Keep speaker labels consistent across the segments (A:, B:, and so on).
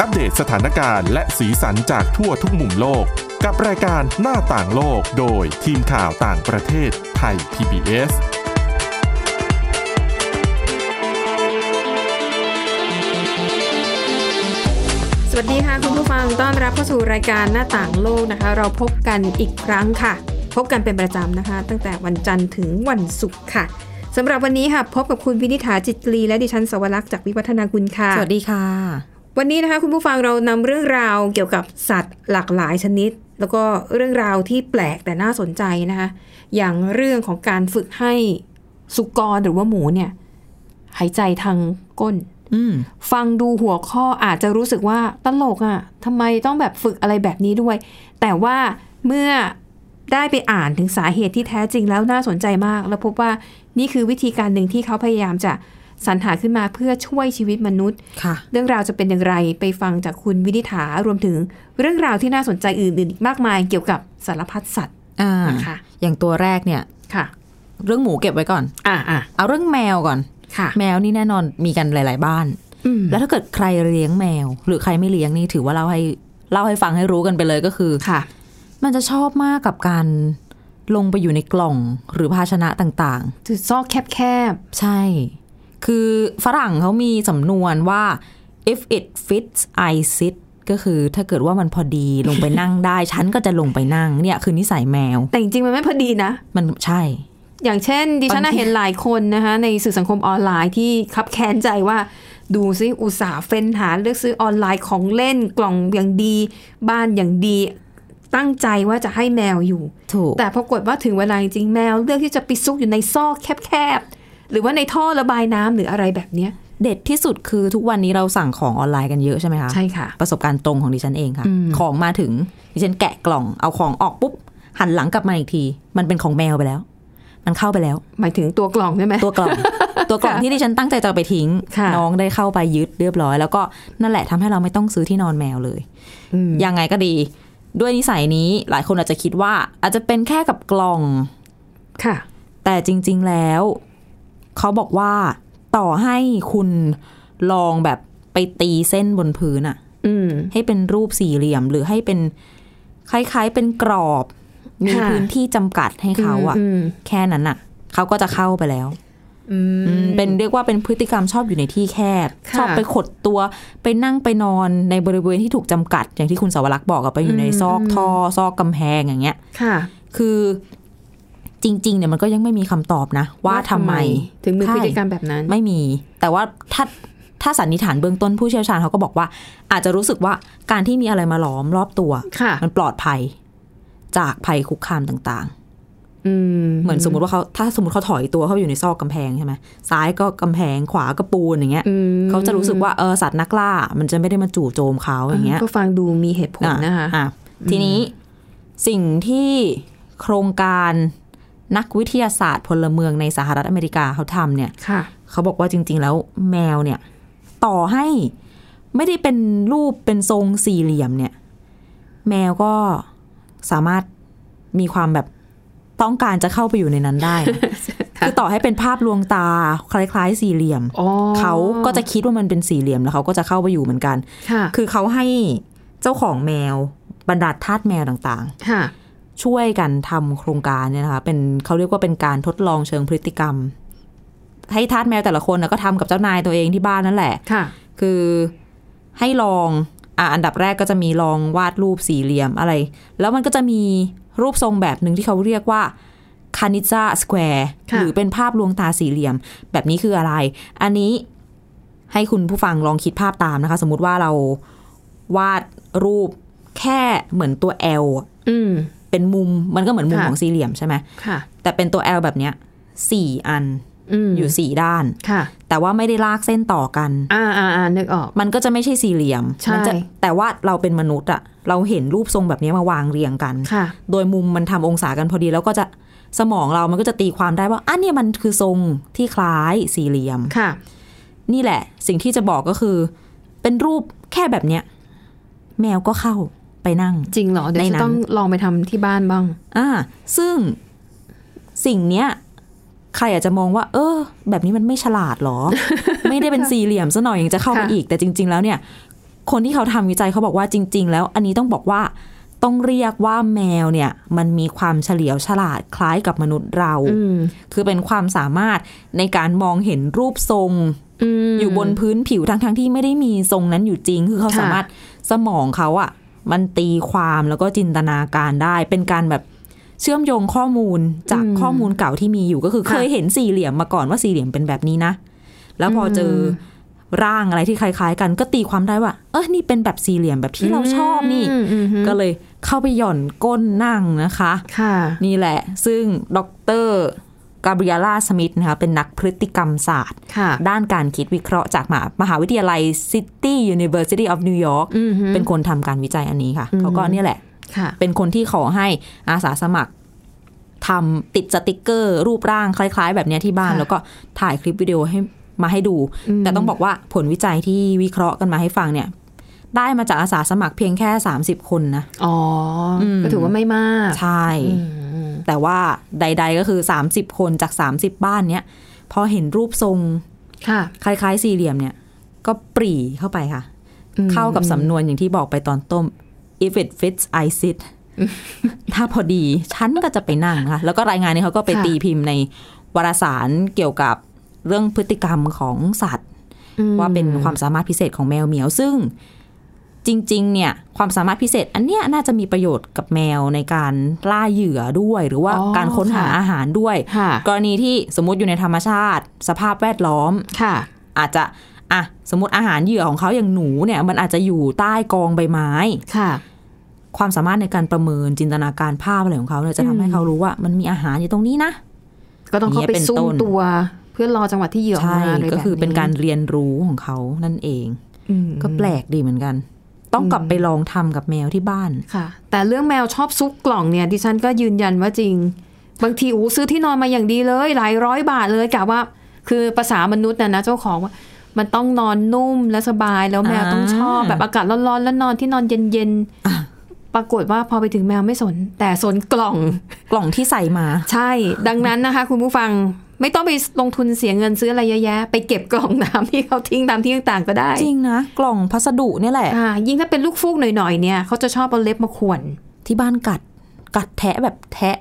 A: อัปเดตสถานการณ์และสีสันจากทั่วทุกมุมโลก กับรายการหน้าต่างโลกโดยทีมข่าวต่างประเทศไทย PBS
B: สวัสดีค่ะคุณผู้ฟังต้อนรับเข้าสู่รายการหน้าต่างโลกนะคะ เราพบกันอีกครั้งค่ะ พบกันเป็นประจำนะคะ ตั้งแต่วันจันทร์ถึงวันศุกร์ค่ะสำหรับวันนี้ค่ะพบกับคุณวินิษฐาจิตกรีและดิฉันสวรักษ์จากวิวัฒนาคุณค่ะ
C: สวัสดีค่ะ
B: วันนี้นะคะคุณผู้ฟังเรานำเรื่องราวเกี่ยวกับสัตว์หลากหลายชนิด แล้วก็เรื่องราวที่แปลกแต่น่าสนใจนะคะ อย่างเรื่องของการฝึกให้สุกรหรือว่าหมูเนี่ยหายใจทางก้น
C: อืม
B: ฟังดูหัวข้ออาจจะรู้สึกว่าตลกอะ่ะทำไมต้องแบบฝึกอะไรแบบนี้ด้วย แต่ว่าเมื่อได้ไปอ่านถึงสาเหตุที่แท้จริงแล้วน่าสนใจมาก แล้วพบว่านี่คือวิธีการหนึ่งที่เขาพยายามจะสรรหาขึ้นมาเพื่อช่วยชีวิตมนุษย์
C: ค่ะ
B: เรื่องราวจะเป็นอย่างไรไปฟังจากคุณวินิษฐารวมถึงเรื่องราวที่น่าสนใจอื่นๆอีกมากมายเกี่ยวกับสารพัดสัตว์
C: อ่า
B: ค่ะ
C: อย่างตัวแรกเนี่ย
B: ค่ะ
C: เรื่องหมูเก็บไว้ก่อน
B: อ่าอ่า
C: เอาเรื่องแมวก่อน
B: ค่ะ
C: แมวนี่แน่นอนมีกันหลาย ๆ บ้าน
B: อืม
C: แล้วถ้าเกิดใครเลี้ยงแมว หรือใครไม่เลี้ยงนี่ถือว่าเราให้เล่าให้ฟังให้รู้กันไปเลยก็คือ
B: ค่ะ
C: มันจะชอบมากกับการลงไปอยู่ในกล่องหรือภาชนะต่าง
B: จุดซอกแคบ
C: ๆ ใช่ คือฝรั่งเขามีสำนวนว่า if it fits I sit ก็คือถ้าเกิดว่ามันพอดีลงไปนั่งได้ ฉันก็จะลงไปนั่งเนี่ยคือนิสัยแมว
B: ๆแต่จริงๆมันไม่พอดีนะ
C: มันใช่
B: อย่างเช่น ดิฉันน่ะ
C: บางที
B: เห็นหลายคนนะคะ ในสื่อสังคมออนไลน์ที่คับแค้นใจว่า ดูซิอุตสาห์เฟ้นหาเลือกซื้อออนไลน์ของเล่นกล่องอย่างดี บ้านอย่างดี ตั้งใจว่าจะให้แมวอยู่
C: ถูก
B: แต่ปรากฏว่าถึงเวลาจริงๆแมวเลือกที่จะไปซุกอยู่ในซอกแคบๆ หรือว่าในท่อระบายน้ำหรืออะไรแบบเนี้ย
C: เด็ดที่สุดคือทุกวันนี้เราสั่งของออนไลน์กันเยอะใช่ไหมคะ
B: ใช่ค่ะ
C: ประสบการณ์ตรงของดิฉันเองค่ะ ของมาถึงดิฉันแกะกล่องเอาของออกปุ๊บ หันหลังกลับมาอีกที มันเป็นของแมวไปแล้ว มันเข้าไปแล้ว
B: หมายถึงตัวกล่องใช่ไหม
C: ตัวกล่อง ตัวกล่องที่ดิฉันตั้งใจจะเอาไปทิ้ง
B: ค่ะ
C: น้องได้เข้าไปยึดเรียบร้อย แล้วก็นั่นแหละทำให้เราไม่ต้องซื้อที่นอนแมวเลย
B: อืม
C: ยังไงก็ดี ด้วยนิสัยนี้หลายคนอาจจะคิดว่า อาจจะเป็นแค่กับกล่อง
B: ค่ะ
C: แต่จริง ๆ แล้ว เขาบอกว่าต่อให้คุณลองแบบไปตีเส้นบนพื้นอะ
B: อืม
C: ให้เป็นรูปสี่เหลี่ยม หรือให้เป็นคล้าย ๆ เป็นกรอบ มี
B: ค่ะ
C: พื้นที่จำกัดให้เขาอะ
B: มม
C: แค่นั้นอะเขาก็จะเข้าไปแล้ว
B: อืม
C: อืมเป็นเรียกว่าเป็นพฤติกรรมชอบอยู่ในที่แคบ
B: ค่ะ
C: ชอบไปขดตัว ไปนั่งไปนอนในบริเวณที่ถูกจำกัด อย่างที่คุณสาวรักษ์บอกอะไปอยู่ในซอก
B: อืม
C: ท่อซอกกำแพงอย่างเงี้ย
B: ค่ะ
C: คือจริง ๆ เนี่ยมันก็ยังไม่มีคำตอบนะ ว่าทำไม
B: ถึงมีพฤติกรร
C: ใ
B: มแบบนั้น
C: ช่ไม่มี แต่ว่าถ้าถ้าสันนิษฐานเบื้องต้นผู้เชี่ยวชาญเขาก็บอกว่า อาจจะรู้สึกว่าการที่มีอะไรมาล้อมรอบตัว
B: ค่ะ
C: มันปลอดภัย จากภัยคุกคามต่าง
B: อืม
C: ๆ เหมือนสมมติว่าเขาถ้าสมมติเขาถอยตัวเข้าไปอยู่ในซอกกำแพงใช่ไหมซ้ายก็กำแพงขวาก็ปูนอย่างเงี้ย
B: อืม
C: เขาจะรู้สึกว่าเออสัตว์นักล่า มันจะไม่ได้มาจู่โจมเขาอย่างเงี้ย
B: ก็ฟังดูมีเหตุผลนะคะ
C: อ่อ่ทีนี้สิ่งที่โครงการนักวิทยาศาสตร์พลเมืองในสหรัฐอเมริกาเขาทำเนี่ย
B: ค่ะ
C: เขาบอกว่าจริง ๆ แล้วแมวเนี่ย ต่อให้ไม่ได้เป็นรูปเป็นทรงสี่เหลี่ยมเนี่ย แมวก็สามารถมีความแบบต้องการจะเข้าไปอยู่ในนั้นได้นะ คือต่อให้เป็นภาพลวงตาคล้าย ๆ สี่เหลี่ยม
B: อ๋อ
C: เขาก็จะคิดว่ามันเป็นสี่เหลี่ยมแล้วเขาก็จะเข้าไปอยู่เหมือนกัน
B: ค่ะ
C: คือเขาให้เจ้าของแมวบรรดาทาสแมวต่าง
B: ค่ะ
C: ๆ ช่วยกันทำโครงการเนี่ยนะคะเป็นเขาเรียกว่าเป็นการทดลองเชิงพฤติกรรม ให้ทาสแมวแต่ละคนนะก็ทำกับเจ้านายตัวเองที่บ้านนั่นแหละ
B: ค่ะ
C: คือให้ลองอ่ะอันดับแรกก็จะมีลองวาดรูปสี่เหลี่ยมอะไร แล้วมันก็จะมีรูปทรงแบบหนึ่งที่เขาเรียกว่าคานิจ a าสแควร์
B: ค่ะ
C: หรือเป็นภาพลวงตาสี่เหลี่ยม แบบนี้คืออะไร อันนี้ให้คุณผู้ฟังลองคิดภาพตามนะคะ สมมุติว่าเราวาดรูปแค่เหมือนตัว L อะ
B: อืม
C: เป็นมุมมันก็เหมือนมุม
B: ค่ะ
C: ของสี่เหลี่ยมใช่ไหม
B: ค่ะ
C: แต่เป็นตัว L แบบเนี้ยสี่อัน
B: อืม
C: อยู่สี่ด้าน
B: ค่ะ
C: แต่ว่าไม่ได้ลากเส้นต่อกัน
B: อ่าอ่าอ่านึกออก
C: มันก็จะไม่ใช่สี่เหลี่ยม
B: ใช่
C: มัจะแต่ว่าเราเป็นมนุษย์อะเราเห็นรูปทรงแบบนี้มาวางเรียงกัน
B: ค่ะ
C: โดยมุมมันทำองศากันพอดี แล้วก็จะสมองเรามันก็จะตีความได้ว่าอันนี้มันคือทรงที่คล้ายสี่เหลี่ยม
B: ค่ะ
C: นี่แหละ สิ่งที่จะบอกก็คือ เป็นรูปแค่แบบเนี้ยแมวก็เข้าไปนั่ง
B: จริงเหรอ เดี๋ยว
C: ในหนั
B: จะ
C: ง
B: ต้องลองไปทำที่บ้านบ้าง
C: อ่าซึ่งสิ่งเนี้ยใครอาจจะมองว่า เออ แบบนี้มันไม่ฉลาดหรอ ไม่ได้เป็นสี่เหลี่ยมซะหน่อยยังจะเข้าไป
B: ค่ะ
C: อีก แต่จริง ๆ แล้วเนี่ย คนที่เขาทำวิจัยเขาบอกว่าจริง ๆ แล้วอันนี้ต้องบอกว่าต้องเรียกว่าแมวเนี่ย มันมีความเฉลียวฉลาดคล้ายกับมนุษย์เรา
B: อืม
C: คือเป็นความสามารถในการมองเห็นรูปทรง
B: ม
C: อยู่บนพื้นผิวทั้งๆทที่ไม่ได้มีทรงนั้นอยู่จริง คือเขา
B: ค่ะ
C: สามารถสมองเขาอะมันตีความแล้วก็จินตนาการได้ เป็นการแบบเชื่อมโยงข้อมูลจากข้อมูลเก่าที่มีอยู่ก็คือเคยเห็นสี่เหลี่ยมมาก่อนว่าสี่เหลี่ยมเป็นแบบนี้นะ แล้วพอเจออร่างอะไรที่คล้าย ๆ กันก็ตีความได้ว่า เออนี่เป็นแบบสี่เหลี่ยมแบบที่เราชอบนี่
B: มอืมอืม
C: ก็เลยเข้าไปหย่อนก้นนั่งนะคะ
B: ค่ะ
C: นี่แหละ ซึ่งดรกาเบรียล่าสมิธนะคะเป็นนักพฤติกรรมศาสตร์
B: ค่ะ
C: ด้านการคิดวิเคราะห์จากมหามหาวิทยาลัย City University of New York
B: อืมฮึ
C: เป็นคนทำการวิจัยอันนี้ค่ะ
B: อืม
C: เขาก็เนี่ยแหละ
B: ค่ะ
C: เป็นคนที่ขอให้อาสาสมัครทำติดสติกเกอร์ รูปร่างคล้าย ๆ แบบเนี้ยที่บ้าน
B: ค่ะ
C: แล้วก็ถ่ายคลิปวิดีโอให้มาให้ดู
B: อืม
C: แต่ต้องบอกว่าผลวิจัยที่วิเคราะห์กันมาให้ฟังเนี่ย ได้มาจากอาสาสมัครเพียงแค่ 30 คนนะ
B: อ๋ออ
C: ม
B: ก็ถือว่าไม่มาก
C: ใช่
B: อืม
C: แต่ว่าใด ๆ ก็คือ 30 คนจาก 30 บ้านเนี้ยพอเห็นรูปทรง
B: ค่ะ
C: คล้ายๆสี่เหลี่ยมเนี่ย ก็ปรีเข้าไปค่ะ เข้ากับสำนวนอย่างที่บอกไปตอนต้ม if it fits I sit ถ้าพอดี ฉันก็จะไปนั่งนะคะแล้วก็รายงานนี้เขาก็ไป
B: ค่ะ
C: ตีพิมพ์ในวารสารเกี่ยวกับเรื่องพฤติกรรมของสัตว์
B: อืม
C: ว่าเป็นความสามารถพิเศษของแมวเหมียว ซึ่งจริง ๆ เนี่ย ความสามารถพิเศษ อันเนี้ยน่าจะมีประโยชน์กับแมวในการล่าเหยื่อด้วย หรือว่า
B: อ๋อ
C: การค้นหา
B: ค่ะ
C: อาหารด้วย
B: ค่ะ
C: กรณีที่สมมติอยู่ในธรรมชาติ สภาพแวดล้อม
B: ค่ะ
C: อาจจะอ่ะสมมติอาหารเหยื่อของเขาอย่างหนูเนี่ยมันอาจจะอยู่ใต้กองใบไม้
B: ค่ะ
C: ความสามารถในการประเมินจินตนาการภาพอะไรของเขาเนี่ยจะทำให้เขารู้ว่ามันมีอาหารอยู่ตรงนี้นะ
B: ก็ต้องเข้า
C: อย่างเงี้
B: ไป
C: ยเป็น
B: ซุ่
C: ต้
B: ม
C: น
B: ตัว เพื่อรอจังหวะที่เหยื่อออก
C: ใช่
B: มาเลย
C: ก็
B: แบบ
C: คือเป็นการเรียนรู้ของเขานั่นเอง
B: อืม
C: ก็แปลกดีเหมือนกัน ต้องกลับไปลองทำกับแมวที่บ้าน
B: ค่ะ แต่เรื่องแมวชอบซุกกล่องเนี่ย ดิฉันก็ยืนยันว่าจริง บางทีอูซื้อที่นอนมาอย่างดีเลย หลายร้อยบาทเลยกะว่า คือภาษามนุษย์นะนะเจ้าของว่ามันต้องนอนนุ่มและสบายแล้วแมว
C: อ่า
B: ต้องชอบแบบอากาศร้อนๆแล้วนอนที่นอนเย็นๆปรากฏว่าพอไปถึงแมวไม่สน แต่สนกล่อง
C: กล่องที่ใส่มา
B: ใช่ ดังนั้นนะคะ คุณผู้ฟังไม่ต้องไปลงทุนเสียเงินซื้ออะไรเยอะแยะ ไปเก็บกล่องน้ำที่เขาทิ้งตามที่ต่างๆก็ได้
C: จริงนะ กล่องพัสดุเนี่ยแหละ
B: อ่ายิ่งถ้าเป็นลูกฟูกหน่อยๆเนี่ยเขาจะชอบเอาเล็บมาข่วน
C: ที่บ้านกัด กัดแทะแบบแทะ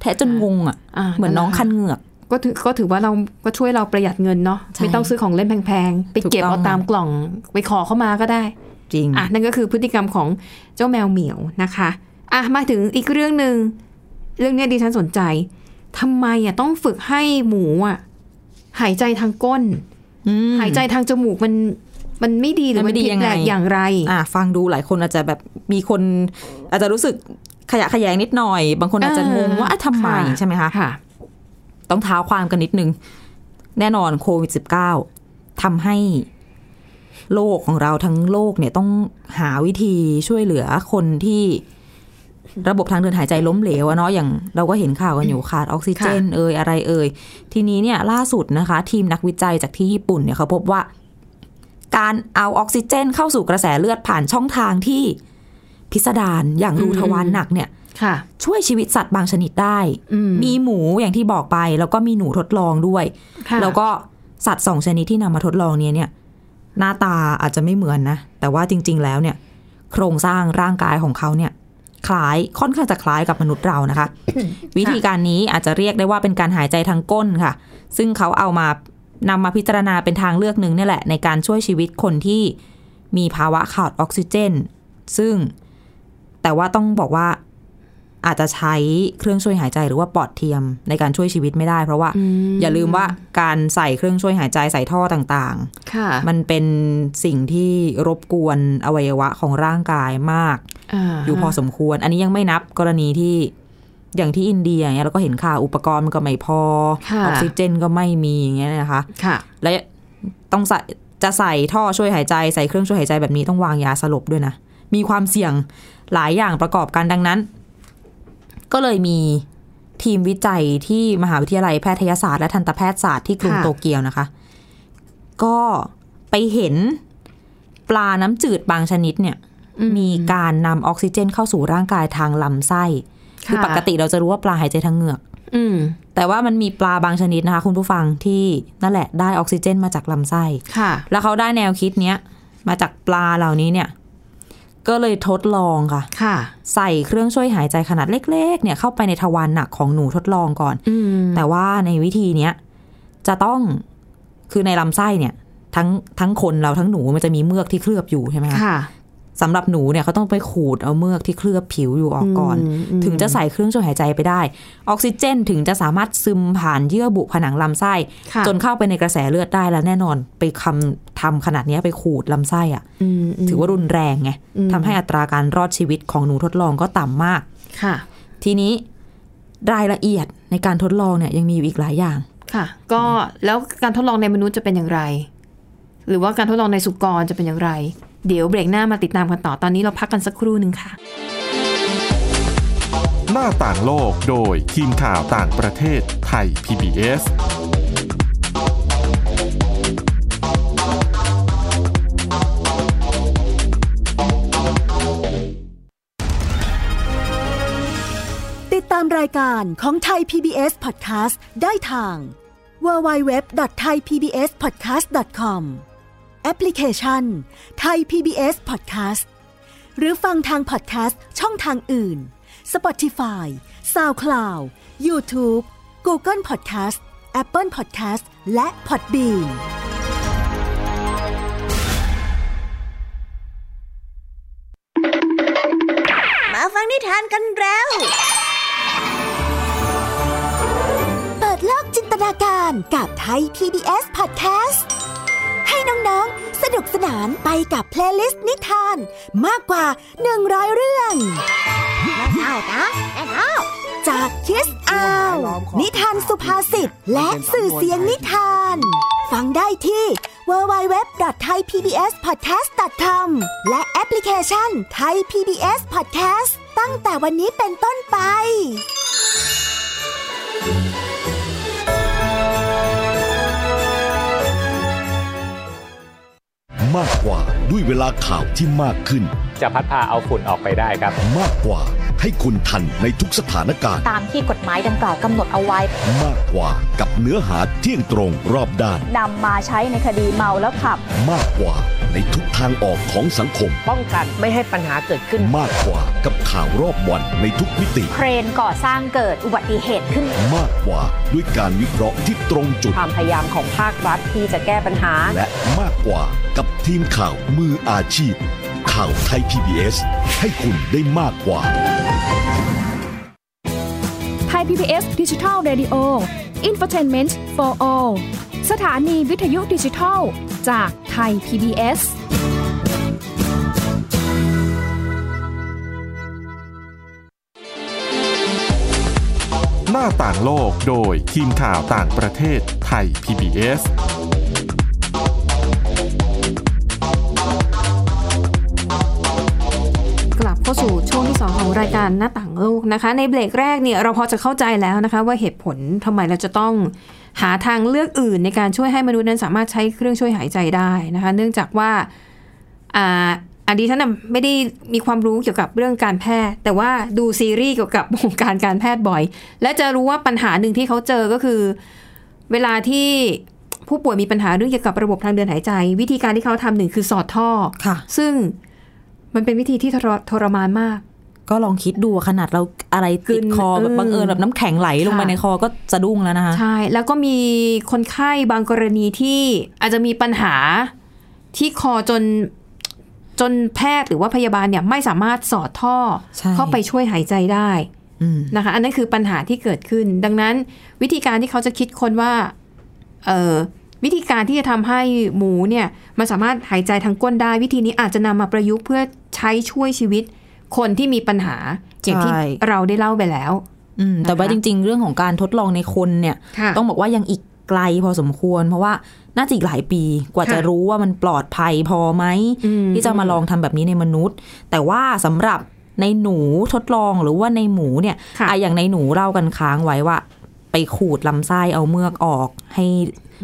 C: แทะจนงงอ่ะ
B: า
C: เหมือนน้องคันเหงือก
B: ก็ถือก็ถือว่าเราก็ช่วยเราประหยัดเงินเนาะ
C: ใช่
B: ไม่ต้องซื้อของเล่นแพงๆ ไปเก็บ
C: ถูกต้
B: เอา
C: อง
B: ตามกล่องไปขอเข้ามาก็ได้
C: จริง
B: อ่ะนั่นก็คือพฤติกรรมของเจ้าแมวเหมียวนะคะอ่ะมาถึงอีกเรื่องหนึ่งเรื่องเนี้ยดิฉันสนใจทำไมอ่ะต้องฝึกให้หมูอ่ะหายใจทางก้น
C: อืม
B: หายใจทางจมูกมันมันไม่ดีหรือ
C: มัน
B: มั
C: ไม่
B: น
C: ดี
B: ผิด
C: ยัง
B: แป
C: ไง
B: ลกอย่างไร
C: อ่ะฟังดูหลายคนอาจจะแบบมีคนอาจจะรู้สึกขยะแขยงนิดหน่อย บางคนอาจจะงงว่าอ่ะทำไม
B: ค่ะ
C: ใช่ไหมคะ
B: ค่ะ
C: ต้องเท้าความกันนิดนึง แน่นอนโควิด -19 ทำให้โลกของเราทั้งโลกเนี่ยต้องหาวิธีช่วยเหลือคนที่ระบบทางเดินหายใจล้มเหลวอะเนาะอย่างเราก็เห็นข่าวกันอยู่ขาดออกซิเจนเอ่ยอะไรเอ่ยทีนี้เนี่ยล่าสุดนะคะ ทีมนักวิจัยจากที่ญี่ปุ่นเนี่ยเขาพบว่า การเอาออกซิเจนเข้าสู่กระแสเลือดผ่านช่องทางที่พิสดารอย่างรูทวารหนักเนี่ย
B: ค่ะ
C: ช่วยชีวิตสัตว์บางชนิดได้
B: อืม
C: มีหมูอย่างที่บอกไป แล้วก็มีหนูทดลองด้วย
B: ค่ะ
C: แล้วก็สัตว์สองชนิดที่นำมาทดลองเนี่ยเนี่ย หน้าตาอาจจะไม่เหมือนนะ แต่ว่าจริง ๆ แล้วเนี่ย โครงสร้างร่างกายของเขาเนี่ย คล้ายค่อนข้างจะคล้ายกับมนุษย์เรานะคะ วิธีการนี้อาจจะเรียกได้ว่าเป็นการหายใจทางก้นค่ะ ซึ่งเขาเอามานำมาพิจารณาเป็นทางเลือกหนึ่งเนี่ยแหละ ในการช่วยชีวิตคนที่มีภาวะขาดออกซิเจน ซึ่งแต่ว่าต้องบอกว่าอาจจะใช้เครื่องช่วยหายใจหรือว่าปอดเทียมในการช่วยชีวิตไม่ได้ เพราะว่า
B: ม
C: อย่าลืมว่าการใส่เครื่องช่วยหายใจใส่ท่อต่าง
B: ค่ะ
C: ๆ มันเป็นสิ่งที่รบกวนอวัยวะของร่างกายมาก
B: า
C: อยู่พอสมควร อันนี้ยังไม่นับกรณีที่อย่างที่อินเดียเนี่ยเราก็เห็นข่าวอุปกรณ์มันก็ไม่พอ อ
B: ค่ะ
C: อกซิเจนก็ไม่มีอย่างเงี้ยนะคะ
B: ค่ะ
C: และต้องใส่จะใส่ท่อช่วยหายใจใส่เครื่องช่วยหายใจแบบนี้ต้องวางยาสลบด้วยนะ มีความเสี่ยงหลายอย่างประกอบกันดังนั้น ก็เลยมีทีมวิจัยที่มหาวิทยาลัยแพทยศาสตร์และทันตแพทยศาสตร์ที่กรุง
B: ค่ะ
C: โตเกียวนะคะ ก็ไปเห็นปลาน้ำจืดบางชนิดเนี่ย มีการนำออกซิเจนเข้าสู่ร่างกายทางลำไส้คือ
B: ค่ะ
C: ปกติเราจะรู้ว่าปลาหายใจทางเหงือก
B: อืม
C: แต่ว่ามันมีปลาบางชนิดนะคะ คุณผู้ฟังที่นั่นแหละได้ออกซิเจนมาจากลำไส้
B: ค่ะ
C: แล้วเขาได้แนวคิดเนี้ย มาจากปลาเหล่านี้เนี่ย ก็เลยทดลองค่ะ
B: ค่ะ
C: ใส่เครื่องช่วยหายใจขนาดเล็ก ๆ เนี่ยเข้าไปในทวารหนักของหนูทดลองก่อน
B: อืม
C: แต่ว่าในวิธีเนี้ยจะต้องคือในลำไส้เนี่ย ทั้งทั้งคนเราทั้งหนูมันจะมีเมือกที่เคลือบอยู่ใช่ไหมคะ
B: ค่ะ
C: สำหรับหนูเนี่ยเขาต้องไปขูดเอาเมือกที่เคลือบผิวอยู่ออกก่อน
B: มม
C: ถึงจะใส่เครื่องช่วยหายใจไปได้ ออกซิเจนถึงจะสามารถซึมผ่านเยื่อบุผนังลำไส้
B: ค่ะ
C: จนเข้าไปในกระแสเลือดได้แล้วแน่นอน ไปคำทำขนาดเนี้ยไปขูดลำไส้อะ
B: อืมม
C: ถือว่ารุนแรงไง
B: อืม
C: ทำให้อัตราการรอดชีวิตของหนูทดลองก็ต่ำมาก
B: ค่ะ
C: ทีนี้รายละเอียดในการทดลองเนี่ยยังมีอยู่อีกหลายอย่าง
B: ค่ะ ก็แล้วการทดลองในมนุษย์จะเป็นอย่างไร หรือว่าการทดลองในสุกรจะเป็นอย่างไร เดี๋ยวเบรกหน้ามาติดตามกันต่อตอนนี้เราพักกันสักครู่หนึ่งค่ะ
A: หน้าต่างโลกโดยทีมข่าวต่างประเทศไทย PBS
D: ติดตามรายการของไทย PBS Podcast ได้ทาง www.thaipbspodcast.com แอปพลิเคชัน Thai PBS Podcast หรือฟังทาง podcast ช่องทางอื่น Spotify, SoundCloud, YouTube, Google Podcast, Apple Podcast และ Podbean
E: มาฟังนิทานกันแล้ว
D: เปิดโลกจินตนาการกับไทย PBS Podcast ให้น้องๆ สนุกสนานไปกับเพลย์ลิสต์นิทาน มากกว่า 100 เรื่อง
E: เอานะแอนเอา
D: จากคิสอาว นิทานสุภาษิตและสื่อเสียงนิทาน ฟังได้ที่ www.thaipbspodcast.com และแอปพลิเคชัน Thai PBS Podcast ตั้งแต่วันนี้เป็นต้นไป
F: มากกว่าด้วยเวลาข่าวที่มากขึ้น
G: จะพัดพาเอาฝุ่นออกไปได้ครับ
F: มากกว่าให้คุณทันในทุกสถานการณ์
E: ตามที่กฎหมายดังกล่าวกำหนดเอาไว้
F: มากกว่ากับเนื้อหาเที่ยงตรงรอบด้าน
E: นำมาใช้ในคดีเมาแล้วขับ
F: มากกว่าในทุกทางออกของสังคม
H: ป้องกันไม่ให้ปัญหาเกิดขึ้น
F: มากกว่ากับข่าวรอบวันในทุกมิติ
E: เครนก่อสร้างเกิดอุบัติเหตุขึ้น
F: มากกว่าด้วยการวิเคราะห์ที่ตรงจุด
H: ความพยายามของภาครัฐที่จะแก้ปัญหา
F: และมากกว่ากับทีมข่าวมืออาชีพ ข่าวไทย PBS ให้คุณได้มากกว่า
I: ไทย PBS ดิจิทัล Radio Infotainment for All สถานีวิทยุดิจิทัล จากไทย PBS
A: หน้าต่างโลกโดยทีมข่าวต่างประเทศไทย PBS
B: กลับเข้าสู่ช่วงที่ 2 ของรายการหน้าต่างโลกนะคะ ในเบรกแรกเนี่ยเราพอจะเข้าใจแล้วนะคะ ว่าเหตุผลทำไมเราจะต้องหาทางเลือกอื่นในการช่วยให้มนุษย์นั้นสามารถใช้เครื่องช่วยหายใจได้นะคะ เนื่องจากว่าอ่าอันดีฉันนะไม่ได้มีความรู้เกี่ยวกับเรื่องการแพทย์ แต่ว่าดูซีรีส์เกี่ยวกับวงการการแพทย์บ่อย และจะรู้ว่าปัญหาหนึ่งที่เขาเจอก็คือ เวลาที่ผู้ป่วยมีปัญหาเรื่องเกี่ยวกับระบบทางเดินหายใจ วิธีการที่เขาทำหนึ่งคือสอดท่อ
C: ค่ะ
B: ซึ่งมันเป็นวิธีที่ทรทรมานมาก
C: ก็ลองคิดดูขนาดเราอะไรติดคอแบบบังเอิญแบบน้ำแข็งไหลลงไป
B: ค่ะ
C: ในคอก็สะดุ้งแล้วนะคะ
B: ใช่ แล้วก็มีคนไข้บางกรณีที่อาจจะมีปัญหาที่คอจนจนแพทย์หรือว่าพยาบาลเนี่ยไม่สามารถสอดท่อ
C: ใช่
B: เข้าไปช่วยหายใจได้
C: อืม
B: นะคะอันนั้นคือปัญหาที่เกิดขึ้น ดังนั้นวิธีการที่เขาจะคิดคนว่าเออวิธีการที่จะทำให้หมูเนี่ยมันสามารถหายใจทางก้นได้ วิธีนี้อาจจะนำมาประยุกต์เพื่อใช้ช่วยชีวิตคนที่มีปัญหาอย่างที่
C: ใช่
B: เราได้เล่าไปแล้ว
C: อืมแต่ว่า
B: นะคะ
C: จริง ๆ เรื่องของการทดลองในคนเนี่ย
B: ค่ะ
C: ต้องบอกว่ายังอีกไกลพอสมควร เพราะว่าน่าจะอีกหลายปีกว่า
B: ค่ะ
C: จะรู้ว่ามันปลอดภัยพอไหม
B: อืม
C: ที่จะมาลองทำแบบนี้ในมนุษย์ แต่ว่าสำหรับในหนูทดลองหรือว่าในหมูเนี่ย
B: ค่ะ
C: อะอย่างในหนูเล่ากันค้างไว้ว่า ไปขูดลำไส้เอาเมือกออก ให้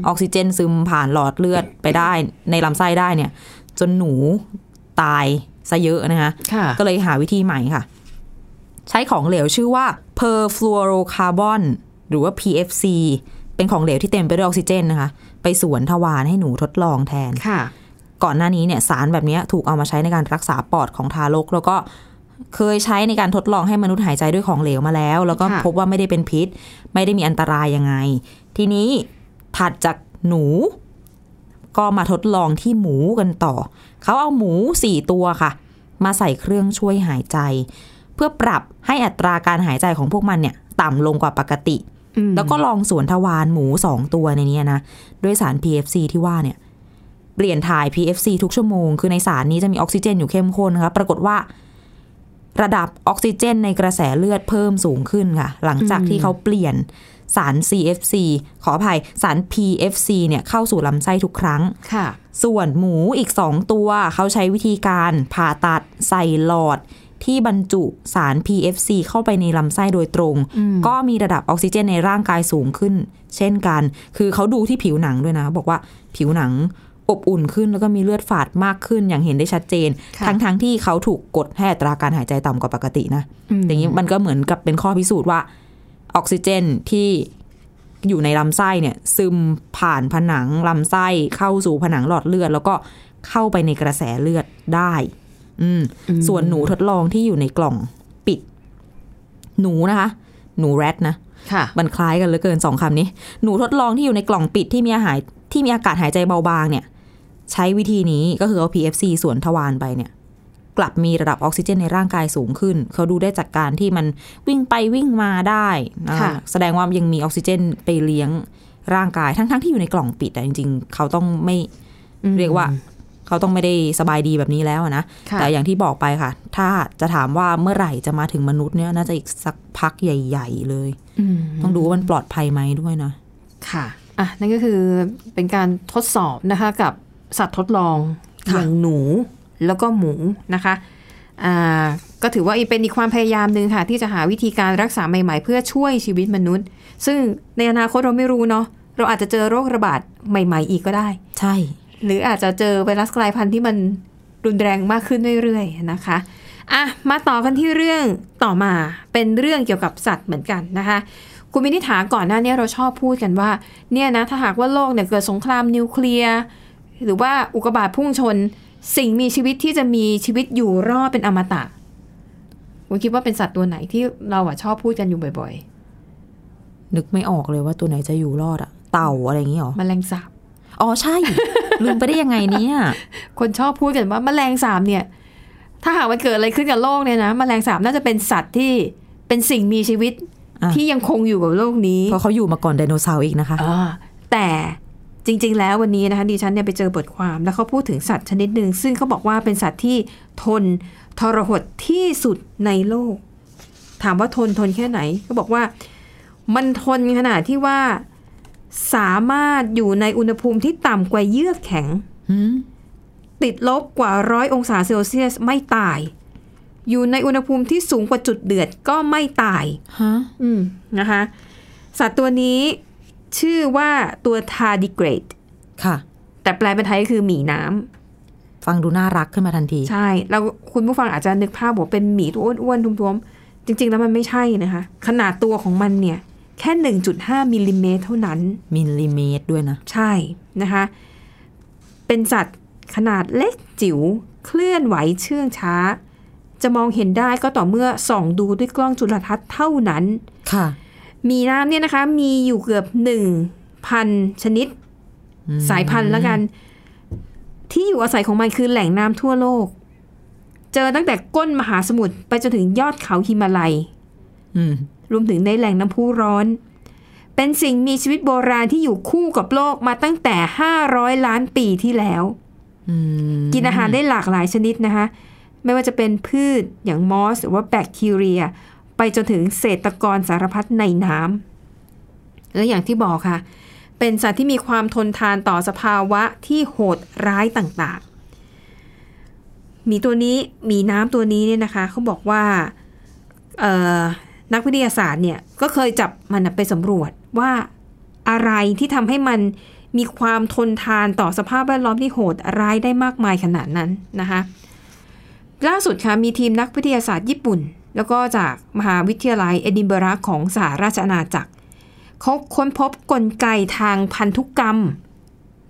C: ออกซิเจนซึมผ่านหลอดเลือดไปได้ ในลำไส้ได้เนี่ย จนหนูตายซะเยอะนะคะ
B: ค่ะ
C: ก็เลยหาวิธีใหม่ค่ะ ใช้ของเหลวชื่อว่า perfluorocarbon หรือว่า PFC เป็นของเหลวที่เต็มไปด้วยออกซิเจนนะคะ ไปสวนทวารให้หนูทดลองแทน
B: ค่ะ
C: ก่อนหน้านี้เนี่ยสารแบบเนี้ยถูกเอามาใช้ในการรักษาปอดของทารก แล้วก็เคยใช้ในการทดลองให้มนุษย์หายใจด้วยของเหลวมาแล้ว แล้วก็
B: ค่ะ
C: พบว่าไม่ได้เป็นพิษ ไม่ได้มีอันตรายยังไง ทีนี้ถัดจากหนู ก็มาทดลองที่หมูกันต่อ เขาเอาหมูสี่ตัวค่ะ มาใส่เครื่องช่วยหายใจ เพื่อปรับให้อัตราการหายใจของพวกมันเนี่ย ต่ำลงกว่าปกติ
B: อืม
C: แล้วก็ลองสวนทวารหมูสองตัวในเนี้ยนะด้วยสาร PFC ที่ว่าเนี่ย เปลี่ยนถ่าย PFC ทุกชั่วโมง คือในสารนี้จะมีออกซิเจนอยู่เข้มข้นนะคะปรากฏว่า ระดับออกซิเจนในกระแสเลือดเพิ่มสูงขึ้นค่ะ หลังจากที่เขาเปลี่ยนสาร CFC ขออภัยสาร PFC เนี่ยเข้าสู่ลำไส้ทุกครั้ง
B: ค่ะ
C: ส่วนหมูอีก 2 ตัวเขาใช้วิธีการผ่าตัดใส่หลอด ที่บรรจุสาร PFC เข้าไปในลำไส้โดยตรง ก็มีระดับออกซิเจนในร่างกายสูงขึ้น เช่นกัน คือเขาดูที่ผิวหนังด้วยนะ บอกว่าผิวหนังอบอุ่นขึ้นแล้วก็มีเลือดฝาดมากขึ้นอย่างเห็นได้ชัดเจน
B: ค่ะ
C: ทั้งๆทที่เขาถูกกดให้อัตราการหายใจต่ำกว่าปกตินะ
B: อืม
C: อย่างนี้มันก็เหมือนกับเป็นข้อพิสูจน์ว่า ออกซิเจนที่อยู่ในลำไส้เนี่ย ซึมผ่านผนังลำไส้เข้าสู่ผนังหลอดเลือด แล้วก็เข้าไปในกระแสเลือดได้ อืม ส่วนหนูทดลองที่อยู่ในกล่องปิด หนูนะคะ หนูแรดนะ
B: ค่ะ
C: มันคล้ายกันเหลือเกินสองคำนี้ หนูทดลองที่อยู่ในกล่องปิดที่มีอาหารที่มีอากาศหายใจเบาบางเนี่ย ใช้วิธีนี้ก็คือเอา PFC ส่วนทวารไปเนี่ย กลับมีระดับออกซิเจนในร่างกายสูงขึ้น เขาดูได้จากการที่มันวิ่งไปวิ่งมาได้นะ
B: ค่ะ
C: แสดงว่ายังมีออกซิเจนไปเลี้ยงร่างกายทั้งๆทที่อยู่ในกล่องปิดแต่จริง ๆ เขาต้องไม่ เรียกว่าเขาต้องไม่ได้สบายดีแบบนี้แล้วอะนะ
B: ค่ะ
C: แต่อย่างที่บอกไปค่ะ ถ้าจะถามว่าเมื่อไหร่จะมาถึงมนุษย์เนี่ยน่าจะอีกสักพักใหญ่ ๆ เลย
B: อืม
C: ต้องดูว่ามันปลอดภัยไหมด้วยนะ
B: ค่ะ อ่ะ นั่นก็คือเป็นการทดสอบนะคะกับสัตว์ทดลอง
C: ค่ะ
B: อย่างหนูแล้วก็หมูนะคะ อ่า ก็ถือว่าเป็นอีกความพยายามหนึ่งค่ะ ที่จะหาวิธีการรักษาใหม่ ๆ เพื่อช่วยชีวิตมนุษย์ ซึ่งในอนาคตเราไม่รู้เนาะ เราอาจจะเจอโรคระบาดใหม่ ๆ อีกก็ได้
C: ใช่
B: หรืออาจจะเจอไวรัสกลายพันธุ์ที่มันรุนแรงมากขึ้นเรื่อยๆนะคะ อ่ะ มาต่อกันที่เรื่องต่อมาเป็นเรื่องเกี่ยวกับสัตว์เหมือนกันนะคะ คุณมินิถาก่อนหน้าเนี้เราชอบพูดกันว่า เนี่ยนะถ้าหากว่าโลกเนี่ยเกิดสงครามนิวเคลียร์ หรือว่าอุกกาบาตพุ่งชน สิ่งมีชีวิตที่จะมีชีวิตอยู่รอดเป็นอมตะคุณคิดว่าเป็นสัตว์ตัวไหนที่เราอะชอบพูดกันอยู่บ่อย
C: นึกไม่ออกเลยว่าตัวไหนจะอยู่รอดอะเต่าอะไรอย่างงี้หรอ
B: ๆแมลงสาบ
C: อ๋อใช่ ลืมไปได้ยังไงเนี่ย
B: คนชอบพูดกันว่าแมลงสาบเนี่ย ถ้าหากมันเกิดอะไรขึ้นกับโลกเนี่ยนะแมลงสาบน่าจะเป็นสัตว์ที่เป็นสิ่งมีชีวิต
C: อ่ะ
B: ที่ยังคงอยู่กับโลกนี้
C: เพราะเขาอยู่มาก่อนไดโนเสาร์อีกนะคะ
B: อ่าแต่จริง ๆ แล้ววันนี้นะคะดิฉันเนี่ยไปเจอบทความแล้วเขาพูดถึงสัตว์ชนิดหนึ่งซึ่งเขาบอกว่าเป็นสัตว์ที่ทนทรหดที่สุดในโลก ถามว่าทนทนแค่ไหนเขาบอกว่ามันทนขนาดที่ว่าสามารถอยู่ในอุณหภูมิที่ต่ำกว่าเยือกแข็ง
C: หืม
B: ติดลบกว่าร้อยองศาเซลเซียสไม่ตาย อยู่ในอุณหภูมิที่สูงกว่าจุดเดือดก็ไม่ตาย
C: ฮะ
B: อืมนะคะ สัตว์ตัวนี้ชื่อว่าตัวทาดิเกรด
C: ค่ะ
B: แต่แปลเป็นไทยก็คือหมีน้
C: ฟังดูน่ารักขึ้นมาทันที
B: ำใช่แล้วคุณผู้ฟังอาจจะนึกภาพบอกเป็นหมีตัวอ้วนๆทุ้มๆ จริง ๆ แล้วมันไม่ใช่นะคะ ขนาดตัวของมันเนี่ย แค่ 1.5มิลลิเมตรเท่านั้น
C: มิลลิเมตรด้วยนะ
B: ใช่นะคะ เป็นสัตว์ขนาดเล็กจิ๋วเคลื่อนไหวเชื่องช้า จะมองเห็นได้ก็ต่อเมื่อส่องดูด้วยกล้องจุลทรรศน์เท่านั้น
C: ค่ะ
B: มีน้ำเนี่ยนะคะ มีอยู่เกือบหนึ่งพันชนิด สายพันธุ์ละกัน ที่อยู่อาศัยของมันคือแหล่งน้ำทั่วโลก เจอตั้งแต่ก้นมหาสมุทรไปจนถึงยอดเขาฮิมาลัย
C: อืม
B: รวมถึงในแหล่งน้ำพุร้อน เป็นสิ่งมีชีวิตโบราณที่อยู่คู่กับโลกมาตั้งแต่ 500 ล้านปีที่แล้ว
C: อืม
B: กินอาหารได้หลากหลายชนิดนะคะ ไม่ว่าจะเป็นพืชอย่างมอส หรือว่าแบคทีเรีย ไปจนถึงเศษตะกอนสารพัดในน้ำและอย่างที่บอกค่ะ เป็นสัตว์ที่มีความทนทานต่อสภาวะที่โหดร้ายต่างๆหมีตัวนี้หมีน้ำตัวนี้เนี่ยนะคะเขาบอกว่าเอ่อนักวิทยาศาสตร์เนี่ยก็เคยจับมันน่ะไปสำรวจว่าอะไรที่ทำให้มันมีความทนทานต่อสภาพแวดล้อมที่โหดร้ายได้มากมายขนาดนั้นนะคะ ล่าสุดค่ะมีทีมนักวิทยาศาสตร์ญี่ปุ่น แล้วก็จากมหาวิทยาลัยเอดินบะระของสหราชอาณาจักรเขาค้นพบกลไกทางพันธุกรรม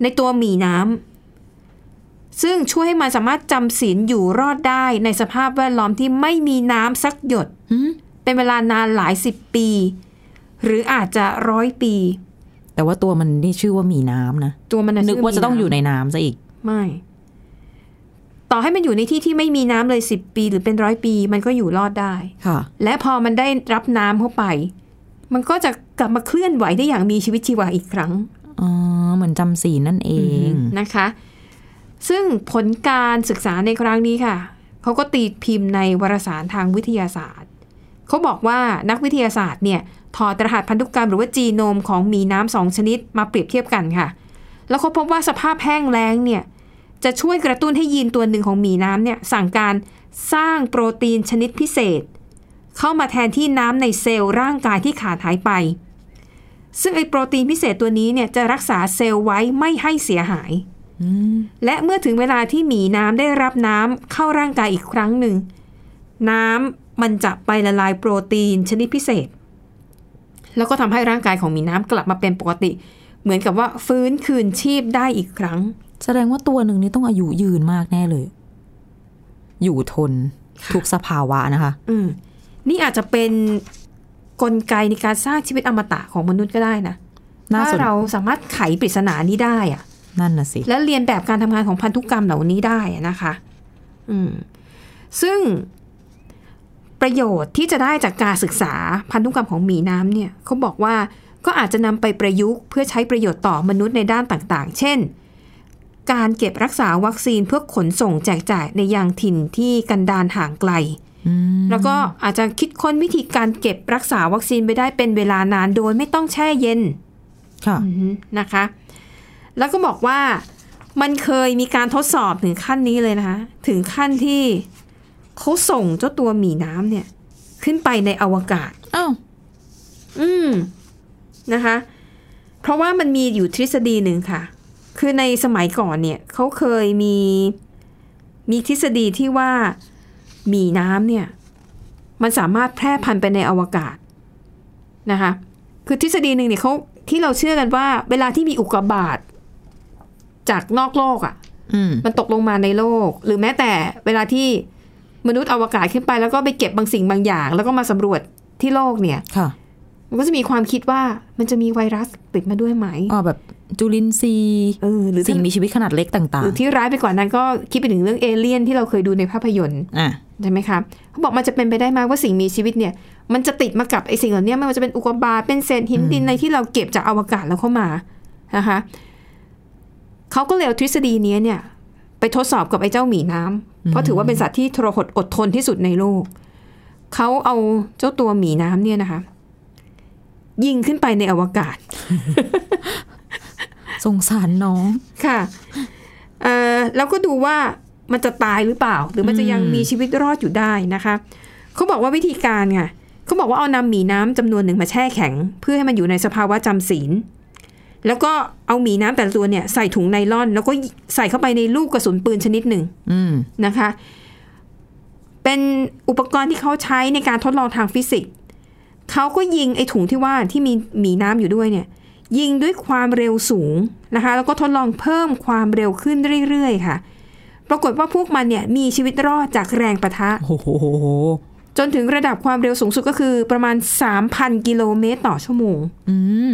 B: ในตัวหมีน้ำ ซึ่งช่วยให้มันสามารถจำศีลอยู่รอดได้ในสภาพแวดล้อมที่ไม่มีน้ำสักหยด
C: อืม
B: เป็นเวลานานหลายสิบปี หรืออาจจะร้อยปี
C: แต่ว่าตัวมันนี่ชื่อว่าหมีน้ำนะ
B: ตัวมัน
C: นึกว่าจะต้องอยู่
B: ใน
C: ในน้ำซะอีก
B: ไม่ ต่อให้มันอยู่ในที่ที่ไม่มีน้ำเลยสิบปีหรือเป็นร้อยปี มันก็อยู่รอดได้
C: ค่ะ
B: และพอมันได้รับน้ำเข้าไป มันก็จะกลับมาเคลื่อนไหวได้อย่างมีชีวิตชีวาอีกครั้ง
C: อ๋อ เหมือนจำศีลนั่นเอง
B: นะคะ ซึ่งผลการศึกษาในครั้งนี้ค่ะ เขาก็ตีพิมพ์ในวารสารทางวิทยาศาสตร์ เขาบอกว่านักวิทยาศาสตร์เนี่ยถอดรหัสพันธุกรรมหรือว่าจีโนมของหมีน้ำสองชนิดมาเปรียบเทียบกันค่ะ แล้วเขาพบว่าสภาพแห้งแล้งเนี่ยจะช่วยกระตุ้นให้ยีนตัวหนึ่งของหมีน้ำเนี่ยสั่งการสร้างโปรตีนชนิดพิเศษ เข้ามาแทนที่น้ำในเซลล์ร่างกายที่ขาดหายไป ซึ่งไอโปรตีนพิเศษตัวนี้เนี่ยจะรักษาเซลล์ไว้ไม่ให้เสียหาย และเมื่อถึงเวลาที่หมีน้ำได้รับน้ำเข้าร่างกายอีกครั้งหนึ่ง น้ำมันจะไปละลายโปรตีนชนิดพิเศษ แล้วก็ทำให้ร่างกายของหมีน้ำกลับมาเป็นปกติ เหมือนกับว่าฟื้นคืนชีพได้อีกครั้ง
C: แสดงว่าตัวหนึ่งนี่ต้องอายุยืนมากแน่เลย อยู่ทนทุกสภาวะนะคะ
B: อืมนี่อาจจะเป็นกลไกในการสร้างชีวิตอมตะของมนุษย์ก็ได้นะ
C: น่าส
B: ถ้าน เราสามารถไขปริศนานี้ได้อะ
C: นั่นน่ะสิ
B: และเรียนแบบการทำงานของพันธุกรรมเหล่านี้ได้อะนะคะ อืม ซึ่งประโยชน์ที่จะได้จากการศึกษาพันธุกรรมของหมีน้ำเนี่ยเขาบอกว่าก็อาจจะนำไปประยุกต์เพื่อใช้ประโยชน์ต่อมนุษย์ในด้านต่างๆ เช่น การเก็บรักษาวัคซีนเพื่อขนส่งแจกจ่ายในยังถิ่นที่กันดารห่างไกล แล้วก็อาจจะคิดค้นวิธีการเก็บรักษาวัคซีนไปได้เป็นเวลานานโดยไม่ต้องแช่เย็น
C: ค่ะ
B: อือฮึนะคะ แล้วก็บอกว่ามันเคยมีการทดสอบถึงขั้นนี้เลยนะคะ ถึงขั้นที่เขาส่งเจ้าตัวหมีน้ำเนี่ย ขึ้นไปในอวกาศ
C: อ้าว
B: อืมนะคะ เพราะว่ามันมีอยู่ทฤษฎีหนึ่งค่ะ คือในสมัยก่อนเนี่ยเขาเคยมีมีทฤษฎีที่ว่าหมีน้ำเนี่ย มันสามารถแพร่พันธุ์ไปในอวกาศนะคะ คือทฤษฎีหนึ่งเนี่ยเขาที่เราเชื่อกันว่า เวลาที่มีอุกกาบาตจากนอกโลกอะ่ะ
C: อืม
B: มันตกลงมาในโลก หรือแม้แต่เวลาที่มนุษย์อวกาศขึ้นไป แล้วก็ไปเก็บบางสิ่งบางอย่าง แล้วก็มาสำรวจที่โลกเนี่ย
C: ค่ะ
B: มันก็จะมีความคิดว่ามันจะมีไวรัสติดมาด้วยไหม
C: อ๋อแบบจุลินทรีย์
B: เออหรือ
C: สิ่ง
B: ถ้า
C: มีชีวิตขนาดเล็กต่า
B: ห
C: ง
B: รือที่ร้ายไปกว่านั้นก็คิดไปถึงเรื่องเอเลี่ยนที่เราเคยดูในภาพยนตร์
C: ๆ อ่ะ
B: ใช่ไหมคะเขาบอกมันจะเป็นไปได้ไหมว่าสิ่งมีชีวิตเนี่ย มันจะติดมากับไอสิ่งเหล่านี้ไม่ว่าจะเป็นอุกกาบาตเป็นเศษหินดินอะไรที่เราเก็บจากอวกาศแล้วเข้ามานะคะเขาก็เลยเอาทฤษฎีเนี้ยเนี่ย ไปทดสอบกับไอ้เจ้าหมีน้ำเพราะถือว่าเป็นสัตว์ที่ทรหดอดทนที่สุดในโลกเขาเอาเจ้าตัวหมีน้ำเนี่ยนะคะ ยิงขึ้นไปในอวกาศ
C: สงสารน้อง
B: ค่ะเอ่อแล้วก็ดูว่ามันจะตายหรือเปล่า หรือมันจะยังมีชีวิตรอดอยู่ได้นะคะ เขาบอกว่าวิธีการไงเขาบอกว่าเอานำหมีน้ำจำนวนหนึ่งมาแช่แข็ง เพื่อให้มันอยู่ในสภาวะจำศีล แล้วก็เอาหมีน้ำแต่ละตัวเนี่ยใส่ถุงไนล่อน แล้วก็ใส่เข้าไปในลูกกระสุนปืนชนิดหนึ่ง
C: อืม
B: นะคะ เป็นอุปกรณ์ที่เขาใช้ในการทดลองทางฟิสิกส์ เขาก็ยิงไอ้ถุงที่ว่าที่มีหมีน้ำอยู่ด้วยเนี่ย ยิงด้วยความเร็วสูงนะคะ แล้วก็ทดลองเพิ่มความเร็วขึ้นเรื่อยๆค่ะ ปรากฏว่าพวกมันเนี่ยมีชีวิตรอดจากแรงประทะ
C: โอ้โห
B: จนถึงระดับความเร็วสูงสุดก็คือประมาณ 3,000 กิโลเมตรต่อชั่วโมง
C: อืม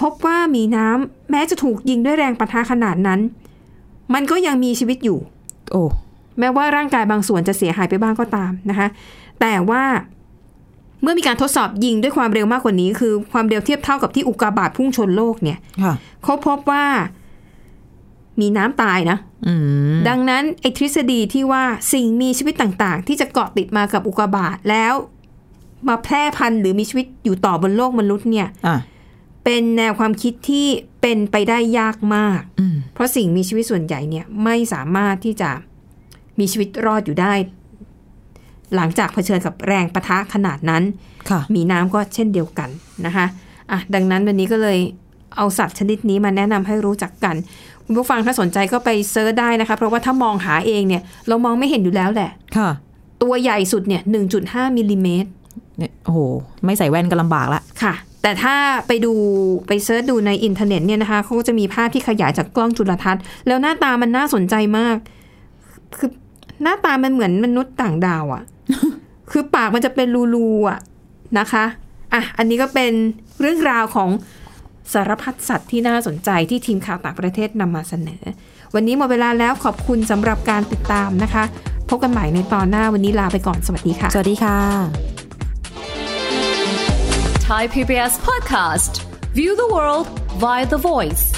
B: พบว่าหมีน้ำแม้จะถูกยิงด้วยแรงประทะขนาดนั้น มันก็ยังมีชีวิตอยู่
C: โอ้
B: แม้ว่าร่างกายบางส่วนจะเสียหายไปบ้างก็ตามนะคะ แต่ว่าเมื่อมีการทดสอบยิงด้วยความเร็วมากกว่านี้ คือความเร็วเทียบเท่ากับที่อุกกาบาตพุ่งชนโลกเนี่ย
C: ค่ะ
B: เขาพบว่ามีน้ำตายนะ
C: อืม
B: ดังนั้นไอทฤษฎีที่ว่าสิ่งมีชีวิตต่างๆ ที่จะเกาะติดมากับอุกกาบาตแล้วมาแพร่พันธุ์หรือมีชีวิตอยู่ต่อบนโลกมนุษย์เนี่ย
C: อ่ะ
B: เป็นแนวความคิดที่เป็นไปได้ยากมาก
C: อืม
B: เพราะสิ่งมีชีวิตส่วนใหญ่เนี่ยไม่สามารถที่จะมีชีวิตรอดอยู่ได้ หลังจากเผชิญกับแรงประทะขนาดนั้น
C: ค่ะ
B: มีน้ำก็เช่นเดียวกันนะคะอ่ะดังนั้นวันนี้ก็เลยเอาสัตว์ชนิดนี้มาแนะนำให้รู้จักกัน คุณผู้ฟังถ้าสนใจก็ไปเซิร์ชได้นะคะ เพราะว่าถ้ามองหาเองเนี่ย เรามองไม่เห็นอยู่แล้วแหละ
C: ค่ะ
B: ตัวใหญ่สุดเนี่ย1.5มิลลิเมตร
C: เนี่ย โอ้โห ไม่ใส่แว่นก็ลำบากละ
B: ค่ะ แต่ถ้าไปดูไปเซิร์ชดูในอินเทอร์เน็ตเนี่ยนะคะเขาก็จะมีภาพที่ขยายจากกล้องจุลทรรศน์ แล้วหน้าตามันน่าสนใจมาก คือหน้าตามันเหมือนมนุษย์ต่างดาวอะ คือปากมันจะเป็นรูๆอะนะคะอ่ะอันนี้ก็เป็นเรื่องราวของสารพัดสัตว์ที่น่าสนใจที่ทีมข่าวต่างประเทศนำมาเสนอ วันนี้หมดเวลาแล้วขอบคุณสำหรับการติดตามนะคะ พบกันใหม่ในตอนหน้าวันนี้ลาไปก่อนสวัสดีค่ะ
C: สวัสดีค่ะ
J: Thai PBS podcast. View the world via the voice.